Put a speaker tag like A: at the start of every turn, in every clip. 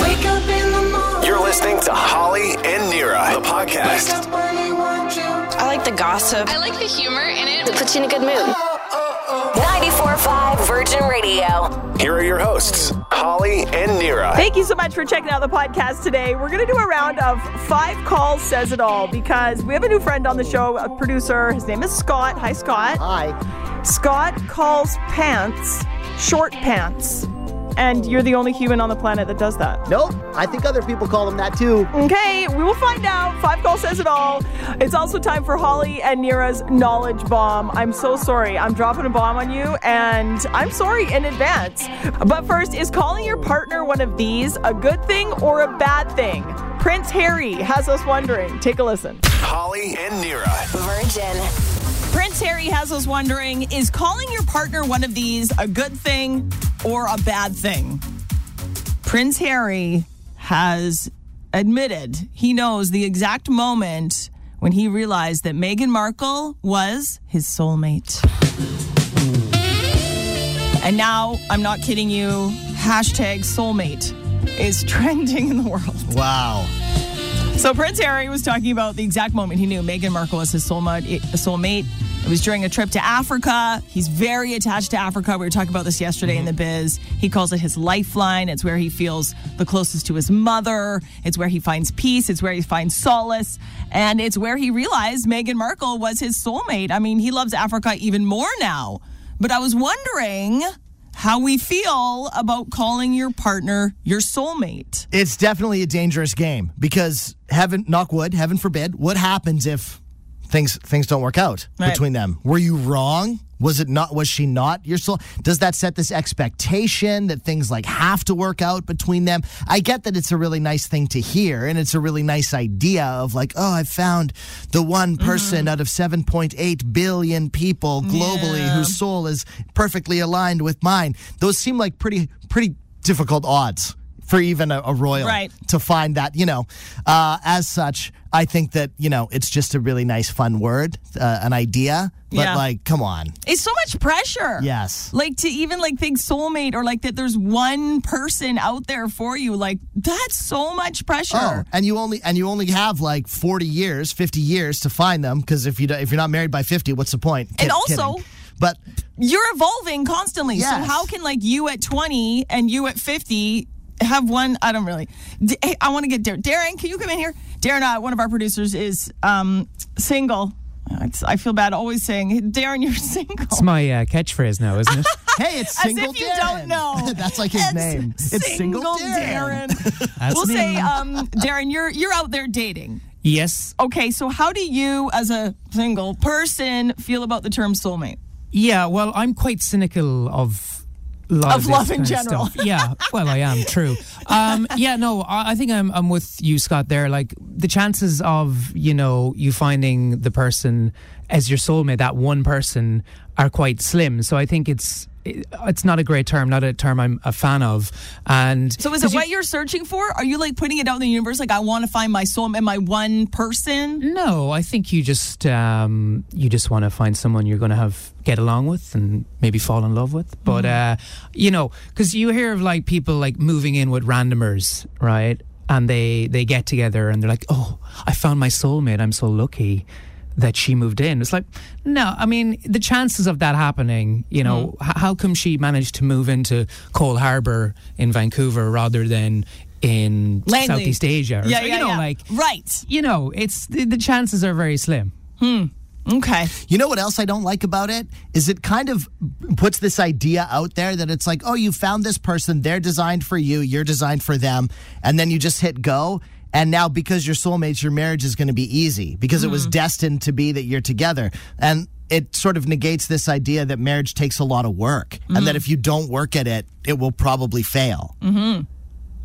A: Wake up in the morning.
B: You're listening to Holly and Nira, the
A: Wake
B: podcast.
A: up when you want you.
C: I like the gossip.
D: I like the humor in it.
E: puts you in a good mood.
F: 94.5 Virgin Radio.
B: Here are your hosts, Holly and Nira.
G: Thank you so much for checking out the podcast today. We're going to do a round of five calls says it all because we have a new friend on the show, a producer. His name is Scott. Hi, Scott.
H: Hi.
G: Scott calls pants short pants. And you're the only human on the planet that does that.
H: Nope. I think other people call them that too.
G: Okay, we will find out. Five Call says it all. It's also time for Holly and Nira's knowledge bomb. I'm so sorry. I'm dropping a bomb on you, and I'm sorry in advance. But first, is calling your partner one of these a good thing or a bad thing? Prince Harry has us wondering. Take a listen.
B: Holly and Nira.
F: Virgin.
G: Prince Harry has us wondering is calling your partner one of these a good thing or a bad thing? Prince Harry has admitted he knows the exact moment when he realized that Meghan Markle was his soulmate. And now, I'm not kidding you, hashtag soulmate is trending in the world.
H: Wow.
G: So Prince Harry was talking about the exact moment he knew Meghan Markle was his soulmate. soulmate. It was during a trip to Africa. He's very attached to Africa. We were talking about this yesterday in the biz. He calls it his lifeline. It's where he feels the closest to his mother. It's where he finds peace. It's where he finds solace. And it's where he realized Meghan Markle was his soulmate. I mean, he loves Africa even more now. But I was wondering how we feel about calling your partner your soulmate.
H: It's definitely a dangerous game because heaven knock wood, heaven forbid, what happens if things things don't work out
G: Right.
H: between them? Were you wrong? Was it not was she not your soul? Does that set this expectation that things like have to work out between them? I get that it's a really nice thing to hear and it's a really nice idea of like, oh, I found the one person out of 7.8 billion people globally whose soul is perfectly aligned with mine. Those seem like pretty pretty difficult odds for even a, a royal
G: Right.
H: to find that you know uh, as such i think that you know it's just a really nice fun word uh, an idea but
G: Yeah.
H: like come on
G: It's so much pressure.
H: Yes.
G: Like to even like think soulmate or like that there's one person out there for you. Like that's so much pressure.
H: oh and you only and you only have like 40 years 50 years to find them because if you don't- if you're not married by 50 what's the point
G: And
H: Kid-
G: also-
H: kidding. but
G: You're evolving constantly. So
H: Yes.
G: how can like you at 20 and you at 50 have one? I don't really. D- hey, I want to get Darren. Darren, can you come in here? Darren, uh, one of our producers, is um, single. It's- I feel bad always saying, Darren, you're single.
I: It's my uh, catchphrase now, isn't it?
H: hey it's
G: As
H: single
G: if you
H: Darren.
G: don't know.
H: that's like his
G: It's
H: name it's single Darren.
I: That's
G: we'll
I: me.
G: say, um, oh. Darren, you're you're out there dating.
I: yes.
G: Okay, so how do you, as a single person, feel about the term soulmate?
I: Yeah. Well, I'm quite cynical of a lot
G: Of
I: this
G: love in
I: kind
G: general.
I: stuff. Yeah. Well, I am. True. Um, yeah. No, I, I think I'm. I'm with you, Scott. There, like the chances of you know you finding the person as your soulmate, that one person, are quite slim. So I think it's. it- It's not a great term, not a term I'm a fan of, and
G: So is it what you're searching for? Are you like putting it out in the universe, like I want to find my soulmate, my one person?
I: No, I think you just um, you just want to find someone you're going to have get along with and maybe fall in love with. But
G: Mm-hmm.
I: uh, you know, because you hear of like people like moving in with randomers, right? And they they get together and they're like, oh, I found my soulmate. I'm so lucky that she moved in. It's like, no, I mean, the chances of that happening, you know,
G: Mm.
I: h- how come she managed to move into Cole Harbour in Vancouver rather than in
G: Langley.
I: Southeast Asia? Or
G: Yeah,
I: so-
G: yeah,
I: you know,
G: yeah.
I: like
G: right.
I: you know, it's the, the chances are very slim.
G: Okay.
H: You know what else I don't like about it is it kind of puts this idea out there that it's like, oh, you found this person, they're designed for you, you're designed for them, and then you just hit go. And now, because you're soulmates, your marriage is going to be easy because it was destined to be that you're together. And it sort of negates this idea that marriage takes a lot of work and that if you don't work at it, it will probably fail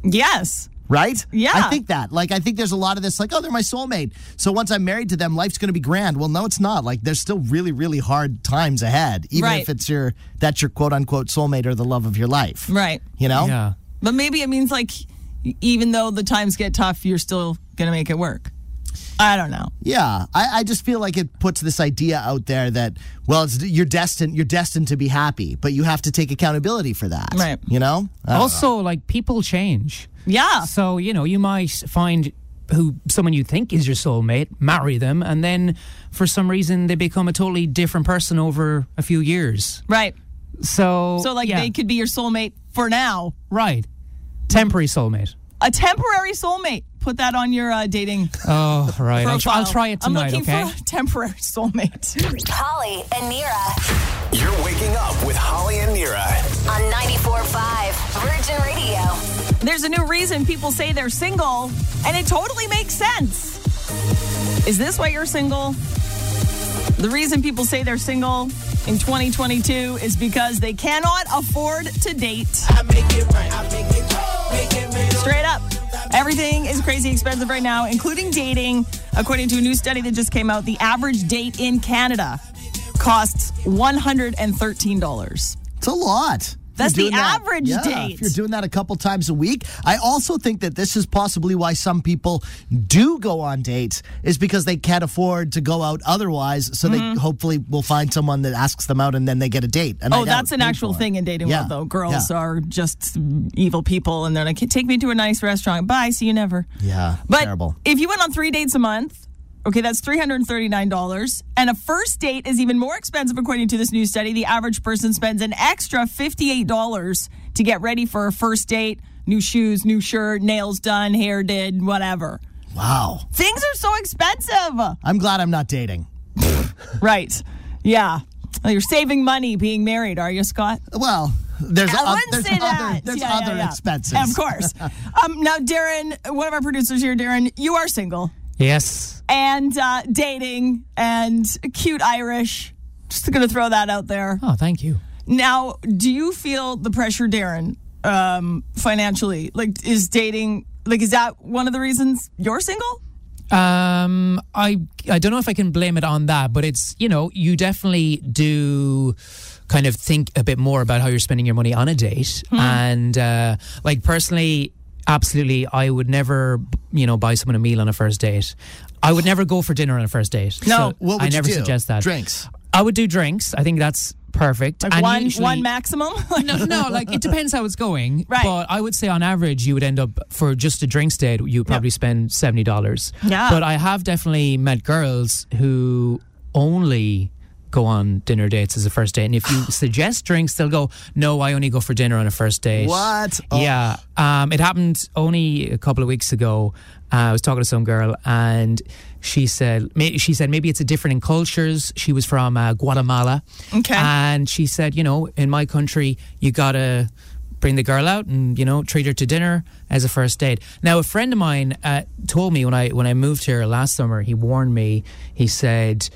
G: Yes.
H: right?
G: Yeah.
H: I think that. Like, I think there's a lot of this, like, oh, they're my soulmate. So once I'm married to them, life's going to be grand. Well, no, it's not. Like, there's still really, really hard times ahead, even
G: Right.
H: if it's your, that's your quote unquote soulmate or the love of your life.
G: Right.
H: You know?
I: Yeah.
G: But maybe it means like, even though the times get tough, you're still gonna make it work. I don't know.
H: Yeah, I, I just feel like it puts this idea out there that well, it's, you're destined you're destined to be happy, but you have to take accountability for that.
G: Right.
H: You know. I don't know.
I: also, like people change.
G: Ah. Yeah.
I: So you know, you might find who someone you think is your soulmate, marry them, and then for some reason they become a totally different person over a few years.
G: Right.
I: So
G: So like
I: yeah,
G: they could be your soulmate for now.
I: right, temporary soulmate.
G: A temporary soulmate. Put that on your uh, dating
I: Oh right, I'll, tr-
G: profile.
I: I'll try it tonight.
G: I'm looking
I: okay.
G: for a temporary soulmate.
C: Holly and Nira
B: You're waking up with Holly and Nira.
C: on 94.5 Virgin Radio.
G: There's a new reason people say they're single, and it totally makes sense. Is this why you're single? The reason people say they're single in 2022 is because they cannot afford to date. Straight up. Everything is crazy expensive right now, including dating. According to a new study that just came out, the average date in Canada costs $113.
H: It's a lot. If
G: That's
H: you're
G: the
H: doing that-
G: average
H: yeah,
G: date.
H: If you're doing that a couple times a week, I also think that this is possibly why some people do go on dates is because they can't afford to go out otherwise. So
G: Mm-hmm.
H: they hopefully will find someone that asks them out, and then they get a date. a
G: Oh,
H: night
G: that's
H: out
G: an
H: paid
G: actual
H: for.
G: thing in dating
H: Yeah,
G: world, though. Girls
H: yeah.
G: are just evil people, and they're like, "Take me to a nice restaurant. Bye. See you never."
H: Yeah,
G: But
H: terrible.
G: if you went on three dates a month, okay, that's three hundred and thirty-nine dollars, and a first date is even more expensive, according to this new study. The average person spends an extra fifty-eight dollars to get ready for a first date: new shoes, new shirt, nails done, hair did, whatever.
H: Wow.
G: Things are so expensive,
H: I'm glad I'm not dating.
G: right? Yeah, you're saving money being married, are you, Scott?
H: Well, there's
G: I
H: oth-
G: wouldn't
H: there's
G: say
H: other
G: that.
H: there's
G: Yeah, yeah,
H: other
G: yeah.
H: expenses.
G: Of course. um, now, Darren, one of our producers here, Darren, you are single
I: Yes.
G: and uh, dating and cute Irish. Just going to throw that out there.
I: Oh, thank you.
G: Now, do you feel the pressure, Darren, um, financially? Like, is dating, like, is that one of the reasons you're single?
I: Um, I I don't know if I can blame it on that, but it's you know you definitely do kind of think a bit more about how you're spending your money on a date,
H: Hmm.
I: and uh, like personally, absolutely, I would never you know buy someone a meal on a first date. I would never go for dinner on a first date.
G: No.
I: So
H: What would
I: I
H: you
I: never
H: do?
I: suggest that.
H: Drinks.
I: I would do drinks. I think that's perfect.
G: Like,
I: And
G: one,
I: usually-
G: one maximum?
I: no, no, like it depends how it's going.
G: Right.
I: But I would say on average, you would end up for just a drinks date, you would probably spend seventy dollars.
G: Yeah.
I: But I have definitely met girls who only go on dinner dates as a first date, and if you suggest drinks, they'll go, "No, I only go for dinner on a first date."
H: What? Oh.
I: Yeah. Um, it happened only a couple of weeks ago. Uh, I was talking to some girl, and she said, may- she said maybe it's a different in cultures. She was from uh, Guatemala.
G: Okay.
I: And she said, you know, in my country, you gotta bring the girl out and you know treat her to dinner as a first date. Now, a friend of mine uh, told me when I when I moved here last summer, he warned me. He said.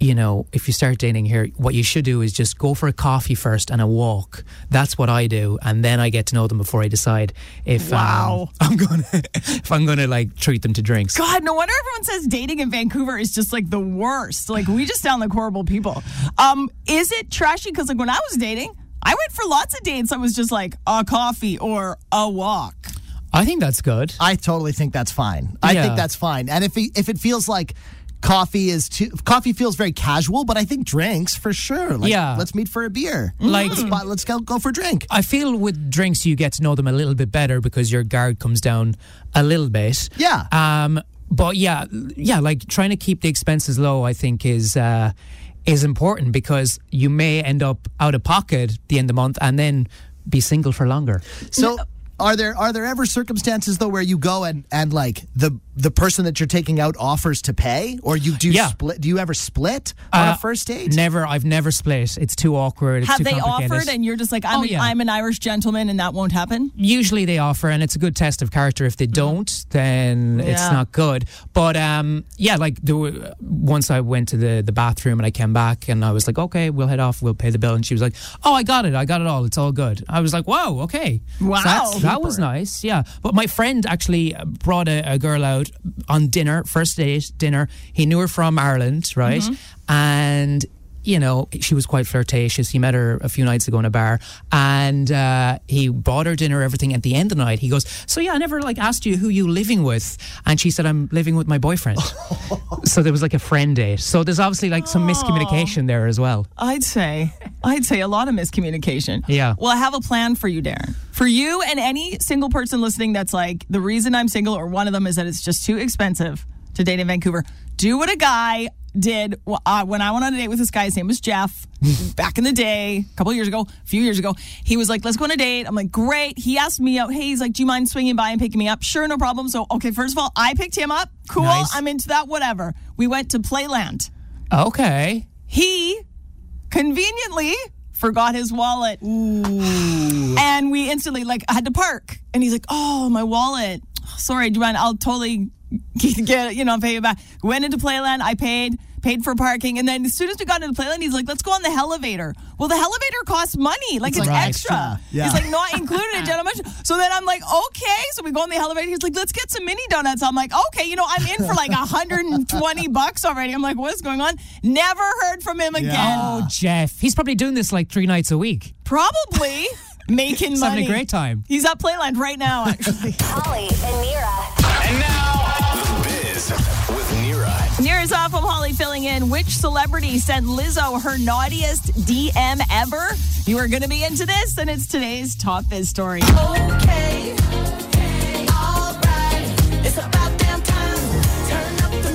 I: You know, if you start dating here, what you should do is just go for a coffee first and a walk. That's what I do, and then I get to know them before I decide if um,
G: Wow.
I: I'm gonna if I'm gonna like treat them to drinks.
G: God, no wonder everyone says dating in Vancouver is just like the worst. Like we just sound like horrible people. Um, is it trashy? Because like when I was dating, I went for lots of dates. I was just like a coffee or a walk.
I: I think that's good.
H: I totally think that's fine. I
I: Yeah.
H: think that's fine. And if it, if it feels like coffee is too coffee feels very casual, but I think drinks for sure. Like,
I: Yeah. Mm-hmm.
H: let's meet for a beer.
I: Like-
H: let's, buy- let's go go for a drink.
I: I feel with drinks you get to know them a little bit better because your guard comes down a little bit.
H: Yeah.
I: Um but yeah, yeah, like trying to keep the expenses low I think is uh is important because you may end up out of pocket at the end of the month and then be single for longer.
H: So are there are there ever circumstances though where you go and and like the the person that you're taking out offers to pay or you do
I: Yeah.
H: split do you ever split on
I: Uh,
H: a first date?
I: Never I've never split. It's too awkward. It's
G: Have
I: too
G: they
I: complicated.
G: offered and you're just like I'm,
I: Oh, yeah.
G: I'm an Irish gentleman and that won't happen?
I: usually they offer and it's a good test of character if they don't then it's
G: Yeah.
I: not good but um yeah like there were, once i went to the the bathroom and i came back and i was like okay we'll head off we'll pay the bill and she was like oh i got it i got it all it's all good i was like wow okay So
G: Wow.
I: that's- that was nice yeah but my friend actually uh, brought a, a girl out on dinner first date dinner he knew her from ireland right and you know, she was quite flirtatious. He met her a few nights ago in a bar, and uh, he bought her dinner, everything. At the end of the night, he goes, "So yeah, I never like asked you who you living with," and she said, "I'm living with my boyfriend." so there was like a friend date. So there's obviously like some miscommunication there as well.
G: I'd say, I'd say a lot of miscommunication.
I: Yeah.
G: Well, I have a plan for you, Darren. For you and any single person listening that's like, the reason I'm single or one of them is that it's just too expensive to date in Vancouver. Do what a guy did wh- uh, when I went on a date with this guy. His name was Jeff back in the day, a couple years ago, a few years ago. He was like, let's go on a date. I'm like, great. He asked me out. Hey, he's like, do you mind swinging by and picking me up? Sure, no problem. So, okay, first of all, I picked him up. Cool.
I: Nice.
G: I'm into that, whatever. We went to Playland
I: Okay.
G: he conveniently forgot his wallet. And we instantly like I had to park. And he's like, "Oh, my wallet. Sorry, do you mind? I'll totally get you know pay you back." Went into Playland. I paid. Paid for parking, and then as soon as we got into Playland, he's like, "Let's go on the elevator." Well, the elevator costs money, like it's,
H: like
G: extra.
H: extra. Yeah.
G: It's like not included in general much. So then I'm like, "Okay." So we go on the elevator. He's like, "Let's get some mini donuts." I'm like, "Okay." You know, I'm in for like 120 bucks already. I'm like, "What's going on?" Never heard from him again.
I: Oh, Jeff, he's probably doing this like three nights a week.
G: Probably making
I: He's
G: money.
I: having a great time.
G: He's at Playland right now, actually.
C: Holly and Nira.
B: And now, The Biz with Nira.
G: Nears off, I'm Holly filling in. Which celebrity sent Lizzo her naughtiest DM ever? You are going to be into this, and it's today's top biz story.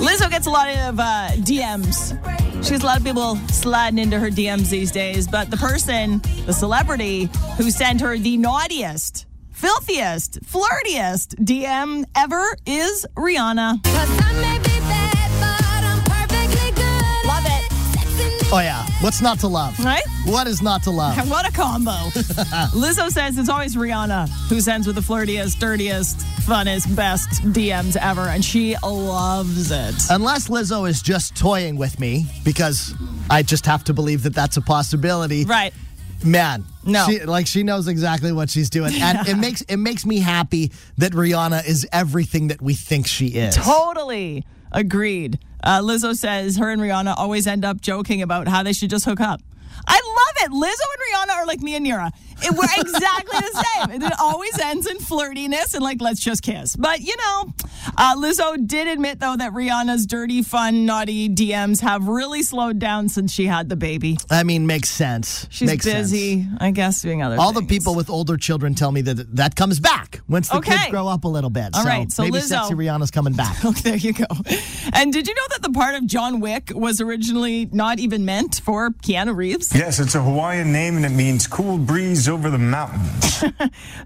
G: Lizzo gets a lot of uh, DMs. She has a lot of people sliding into her DMs these days, but the person, the celebrity who sent her the naughtiest, filthiest, flirtiest DM ever is Rihanna. Love it,
H: Oh, yeah. What's not to love?
G: right?
H: What is not to love?
G: And what a combo. Lizzo says it's always Rihanna who sends with the flirtiest, dirtiest, funnest, best DMs ever, and she loves it.
H: Unless Lizzo is just toying with me, because I just have to believe that that's a possibility.
G: Right.
H: man
G: No.
H: she, like she knows exactly what she's doing and it makes it makes me happy that rihanna is everything that we think she is
G: Totally agreed. Uh, Lizzo says her and Rihanna always end up joking about how they should just hook up. I love it. Lizzo and Rihanna are like me and Nira. It, we're exactly the same. It always ends in flirtiness and like, let's just kiss. But you know, uh, Lizzo did admit though that Rihanna's dirty, fun, naughty DMs have really slowed down since she had the baby.
H: i mean makes sense
G: She's
H: makes sense.
G: busy, I guess, doing other
H: all the
G: things.
H: people with older children tell me that that comes back once the kids
G: Okay.
H: grow up a little bit
G: All
H: so,
G: right, so
H: maybe
G: Lizzo-
H: sexy rihanna's coming back
G: Oh, there you go. And did you know that the part of John Wick was originally not even meant for Keanu Reeves?
D: Yes, it's a Hawaiian name and it means cool breeze over the mountains.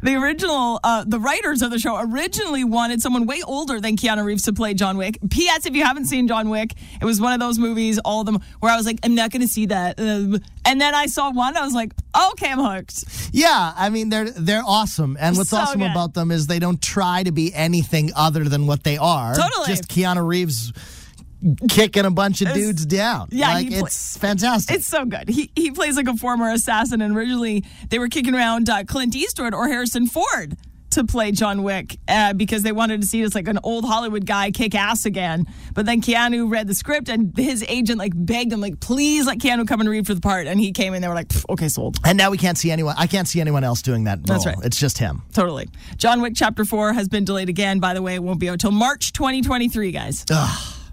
G: The original, uh, the writers of the show originally wanted someone way older than Keanu Reeves to play John Wick. P.S. If you haven't seen John Wick, it was one of those movies, all of them, where I was like, I'm not going to see that. Um, and then I saw one, I was like, okay, I'm hooked.
H: yeah i mean they're they're awesome and what's
G: So
H: awesome
G: good.
H: about them is they don't try to be anything other than what they are
G: Totally.
H: just keanu reeves kicking a bunch of dudes down
G: yeah,
H: like
G: he pla-
H: it's fantastic
G: It's so good. He, he plays like a former assassin, and originally they were kicking around uh, Clint Eastwood or Harrison Ford to play John Wick uh, because they wanted to see this like an old Hollywood guy kick ass again. But then Keanu read the script, and his agent like begged him like, please let Keanu come and read for the part, and he came in. They were like, "Pff, okay, sold.
H: And now we can't see anyone. I can't see anyone else doing that.
G: That's
H: role.
G: right.
H: It's just him.
G: Totally. John Wick Chapter 4 has been delayed again. By the way, it won't be out till March 2023, guys.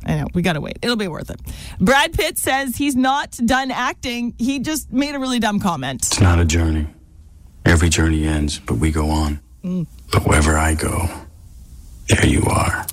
G: I know. We got to wait. It'll be worth it. Brad Pitt says he's not done acting. He just made a really dumb comment.
E: It's not a journey. Every journey ends, but we go on. But wherever I go, there you are.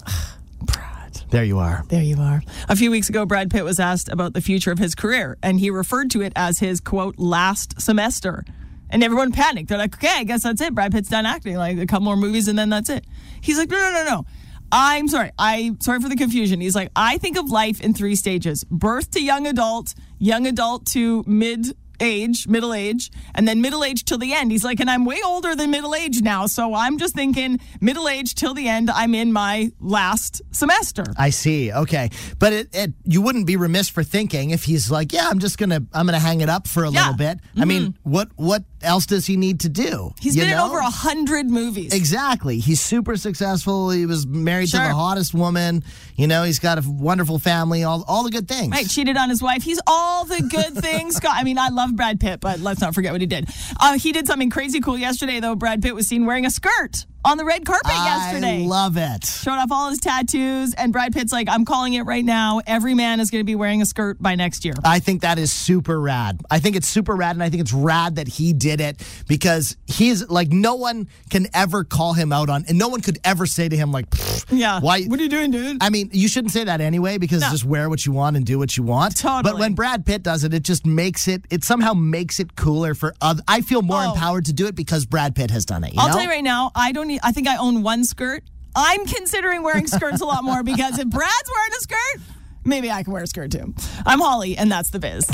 H: There you are.
G: There you are. A few weeks ago, Brad Pitt was asked about the future of his career, and he referred to it as his, quote, last semester. And everyone panicked. They're like, okay, I guess that's it. Brad Pitt's done acting. Like, a couple more movies, and then that's it. He's like, no, no, no, no. I'm sorry. I sorry for the confusion. He's like, I think of life in three stages: birth to young adult, young adult to mid age, middle age, and then middle age till the end. He's like, and I'm way older than middle age now, so I'm just thinking middle age till the end. I'm in my last semester.
H: I see. Okay, but it, it you wouldn't be remiss for thinking if he's like, yeah, I'm just gonna I'm gonna hang it up for a
G: Yeah. Mm-hmm.
H: little bit. I mean, what what else does he need to do?
G: He's
H: you
G: been
H: know?
G: in over a hundred movies.
H: Exactly. He's super successful. He was married to
G: Sure.
H: the hottest woman. You know, he's got a wonderful family, all, all the good things.
G: Right, cheated on his wife. He's all the good things. Scott. I mean, I love Brad Pitt, but let's not forget what he did. Uh, he did something crazy cool yesterday, though. Brad Pitt was seen wearing a skirt on the red carpet yesterday.
H: I love it.
G: Showed off all his tattoos, and Brad Pitt's like, I'm calling it right now. Every man is going to be wearing a skirt by next year.
H: I think that is super rad. I think it's super rad, and I think it's rad that he did it because he's like no one can ever call him out on, and no one could ever say to him like, "Pfft,
G: Yeah.
H: why?
G: What are you doing, dude?
H: I mean, you shouldn't say that anyway because
G: No.
H: just wear what you want and do what you want.
G: Totally.
H: But when Brad Pitt does it, it just makes it. It somehow makes it cooler for other. I feel more
G: Oh.
H: empowered to do it because Brad Pitt has done it. You
G: I'll
H: know?
G: tell you right now, I don't. Need, I think I own one skirt. I'm considering wearing skirts a lot more because if Brad's wearing a skirt, maybe I can wear a skirt too. I'm Holly, and that's the biz.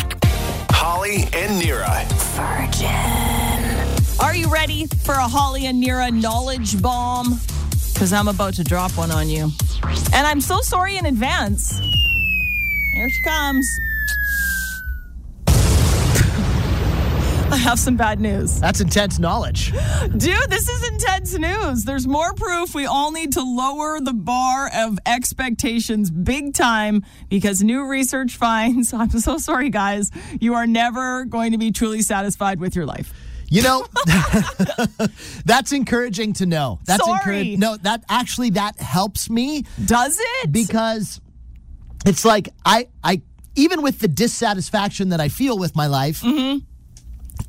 B: Holly and Nira.
G: Are you ready for a Holly and Nira knowledge bomb? Because I'm about to drop one on you. And I'm so sorry in advance. Here she comes. I have some bad news.
H: That's intense knowledge.
G: Dude, this is intense news. There's more proof we all need to lower the bar of expectations big time because new research finds, I'm so sorry, guys, you are never going to be truly satisfied with your life.
H: You know, that's encouraging to know. That's
G: Sorry.
H: encouraging. No, that actually that helps me
G: Does it?
H: because it's like I I even with the dissatisfaction that I feel with my life,
G: Mm-hmm.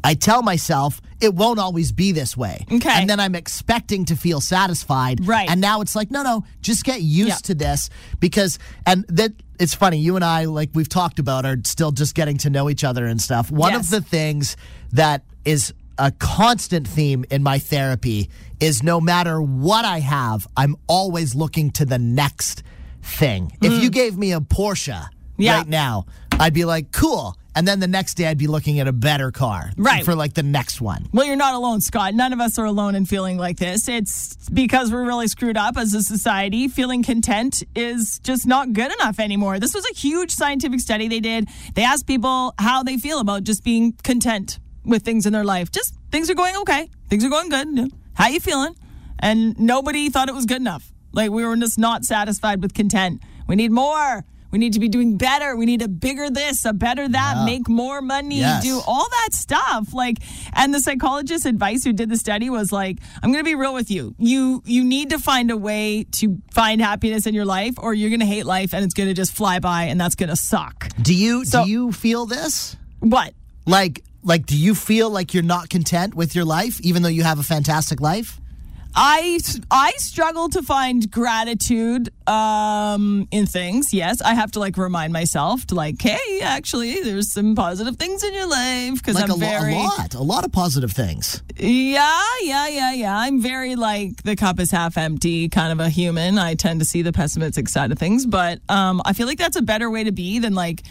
H: I tell myself it won't always be this way.
G: Okay.
H: And then I'm expecting to feel satisfied.
G: Right.
H: And now it's like, no, no, just get used
G: Yeah.
H: to this because and that it's funny, you and I, like we've talked about, are still just getting to know each other and stuff. One
G: Yes.
H: of the things that is a constant theme in my therapy is no matter what I have, I'm always looking to the next thing. If you gave me a Porsche
G: Mm. Yeah.
H: right now, I'd be like, cool. And then the next day, I'd be looking at a better car
G: Right.
H: for like the next one.
G: Well, you're not alone, Scott. None of us are alone in feeling like this. It's because we're really screwed up as a society. Feeling content is just not good enough anymore. This was a huge scientific study they did. They asked people how they feel about just being content with things in their life. Just things are going okay. Things are going good. How you feeling? And nobody thought it was good enough. Like we were just not satisfied with content. We need more. We need to be doing better. We need a bigger this, a better that, make more money,
H: Yes.
G: do all that stuff like and the psychologist's advice who did the study was like i'm gonna be real with you you you need to find a way to find happiness in your life or you're gonna hate life and it's gonna just fly by and that's gonna suck
H: Do you
G: So-
H: do you feel this?
G: what
H: Like like do you feel like you're not content with your life even though you have a fantastic life?
G: I, I struggle to find gratitude um, in things. Yes, I have to like remind myself to like, hey, actually, there's some positive things in your life because
H: Like
G: I'm
H: a, lo-
G: very
H: a lot, a lot of positive things.
G: Yeah, yeah, yeah, yeah. I'm very like the cup is half empty kind of a human. I tend to see the pessimistic side of things, but um, I feel like that's a better way to be than like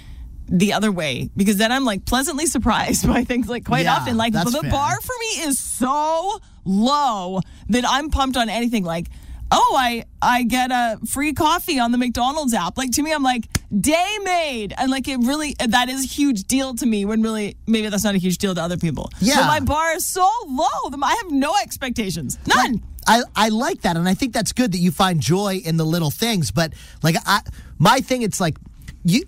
G: the other way because then I'm like pleasantly surprised by things like quite
H: Yeah,
G: often. Like
H: that's
G: the
H: fair.
G: bar for me is so low that I'm pumped on anything. Like, oh, I I get a free coffee on the McDonald's app. Like to me, I'm like day made, and like it really that is a huge deal to me. When really maybe that's not a huge deal to other people.
H: Yeah.
G: But my bar is so low. that I have no expectations. None.
H: I, I like that and I think that's good that you find joy in the little things, but like I my thing it's like you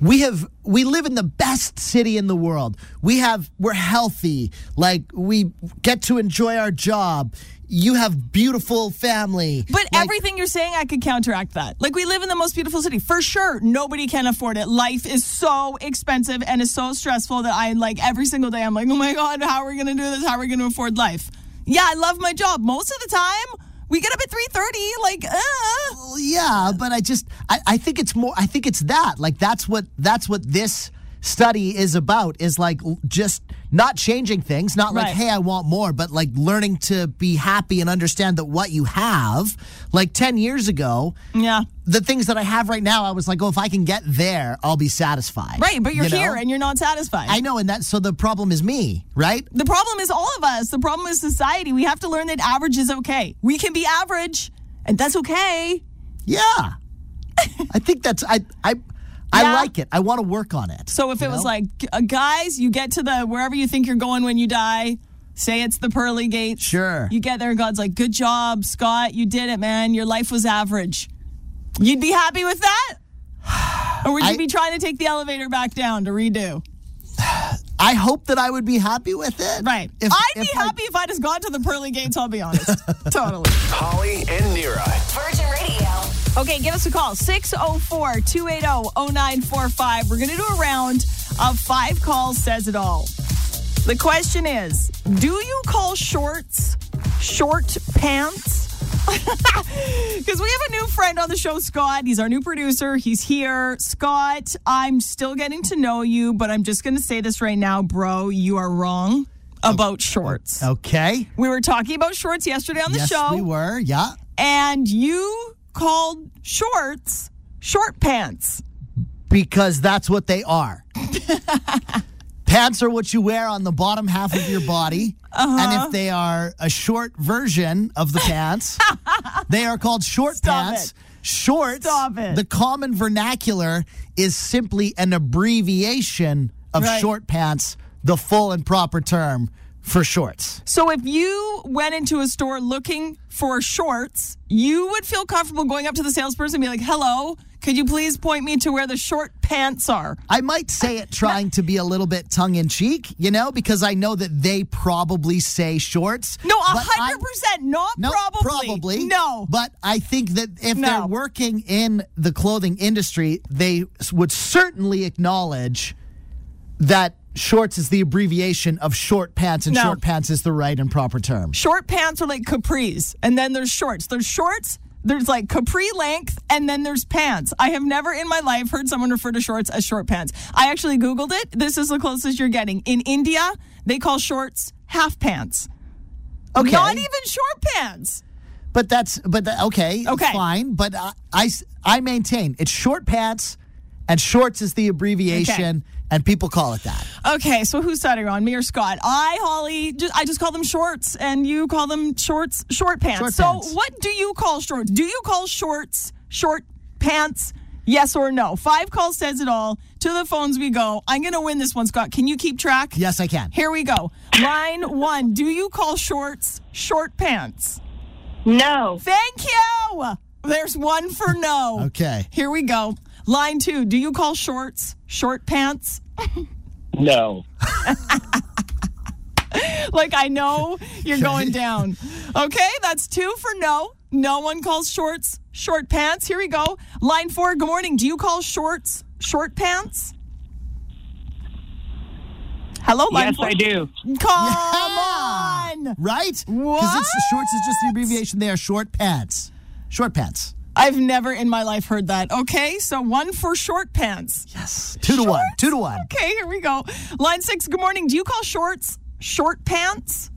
H: we have we live in the best city in the world. We have we're healthy. Like we get to enjoy our job. You have beautiful family.
G: But
H: Like,
G: everything you're saying, I could counteract that. Like, we live in the most beautiful city. For sure, nobody can afford it. Life is so expensive and is so stressful that I, like, every single day, I'm like, oh my God, how are we going to do this? How are we going to afford life? Yeah, I love my job. Most of the time, we get up at 3.30, like, uh.
H: yeah but i just I, I think it's more i think it's that like that's what that's what this study is about is like l- just not changing things not like
G: Right.
H: hey i want more but like learning to be happy and understand that what you have like 10 years ago
G: Yeah.
H: the things that i have right now i was like oh if i can get there i'll be satisfied
G: Right, but you're
H: You know?
G: here and you're not satisfied.
H: i know and that so the problem is me right
G: the problem is all of us. The problem is society. We have to learn that average is okay. We can be average, and that's okay.
H: yeah i think that's i i i
G: Yeah.
H: like it i want to work on it
G: So if it was
H: know?
G: like, "G- uh, guys, you get to the wherever you think you're going when you die, Say it's the pearly gates.
H: Sure.
G: You get there and God's like, good job, Scott. You did it, man. Your life was average. You'd be happy with that? Or would you
H: I-
G: be trying to take the elevator back down to redo?
H: I hope that I would be happy with it.
G: Right.
H: If-
G: I'd
H: if
G: be
H: I-
G: happy if I'd just gone to the pearly gates, I'll be honest. totally.
B: Holly and Nira.
C: Virgin Radio.
G: Okay, give us a call 604 280 0945. We're going to do a round of five calls, says it all. The question is Do you call shorts short pants? Because we have a new friend on the show, Scott. He's our new producer. He's here. Scott, I'm still getting to know you, but I'm just going to say this right now, bro. You are wrong about shorts.
H: Okay.
G: We were talking about shorts yesterday on the
H: yes,
G: show
H: we were. Yeah.
G: and you called shorts short pants.
H: Because that's what they are. Pants are what you wear on the bottom half of your body.
G: Uh-huh.
H: And if they are a short version of the pants, they are called short
G: Stop
H: pants.
G: it.
H: Shorts,
G: Stop it.
H: the common vernacular, is simply an abbreviation of
G: Right.
H: short pants, the full and proper term for shorts.
G: So if you went into a store looking for shorts, you would feel comfortable going up to the salesperson and be like, "Hello, could you please point me to where the short pants are?"
H: I might say it trying to be a little bit tongue in cheek, you know, because I know that they probably say shorts.
G: No,
H: but I-
G: hundred percent, not
H: No,
G: probably.
H: probably.
G: No,
H: But I think that if
G: No.
H: they're working in the clothing industry, they s- would certainly acknowledge that shorts is the abbreviation of short pants, and
G: No.
H: short pants is the right and proper term.
G: short pants are like capris, and then there's shorts. There's shorts. There's like capri length, and then there's pants. I have never in my life heard someone refer to shorts as short pants. I actually Googled it. This is the closest you're getting. In India, they call shorts half pants,
H: Okay.
G: not even short pants.
H: But that's but tha- okay,
G: Okay.
H: fine. But I, I s- I maintain it's short pants, and shorts is the abbreviation, and people call it that.
G: Okay, so whose side are you on, me or Scott? I, Holly, just, I just call them shorts, and you call them shorts, short pants.
H: Short
G: so
H: pants.
G: what do you call shorts? Do you call shorts short pants? Yes or no? Five calls says it all. To the phones we go. I'm going to win this one, Scott. Can you keep track?
H: Yes, I can.
G: Here we go. Line one. Do you call shorts short pants?
F: No.
G: Thank you. There's one for no.
H: Okay.
G: Here we go. Line two. Do you call shorts short pants?
J: No.
G: Like I know you're going down. Okay, that's two for no. No one calls shorts short pants. Here we go. Line four. Good morning. Do you call shorts short pants? Hello, line
J: Yes,
G: four.
J: I do.
G: Come on.
H: Right? Because
G: What?
H: it's shorts is just the abbreviation there. Short pants. Short pants.
G: I've never in my life heard that. Okay, so one for short pants.
H: Yes. Two to one. Two to one.
G: Okay, here we go. Line six. Good morning. Do you call shorts short pants?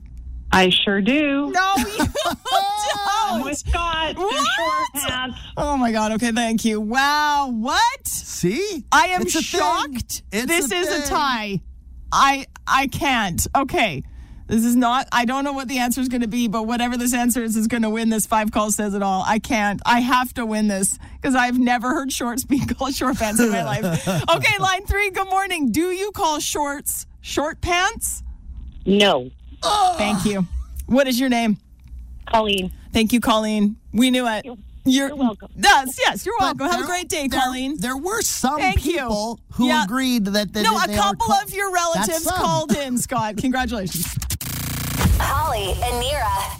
F: I sure do.
G: No, you don't.
F: With Scott and
G: What?
F: short pants.
G: Oh my God. Okay, thank you. Wow. What?
H: See?
G: I am
H: It's a thing.
G: shocked.
H: It's
G: This
H: a
G: is a
H: thing.
G: tie. I I can't. Okay. This is not I don't know what the answer is going to be, but whatever this answer is is going to win this five call says it all. I can't. I have to win this cuz I've never heard shorts being called short pants in my life. Okay, line 3. Good morning. Do you call shorts short pants?
F: No.
G: Thank you. What is your name?
F: Colleen.
G: Thank you, Colleen. We knew it. You're,
F: welcome.
G: Yes, yes, you're
H: But
G: welcome. Have a
H: there-
G: great day,
H: there-
G: Colleen.
H: There were some
G: Thank you.
H: people who
G: Yeah.
H: agreed that the,
G: No, a couple of your relatives
H: some.
G: called in, Scott. Congratulations.
C: Holly and Nira.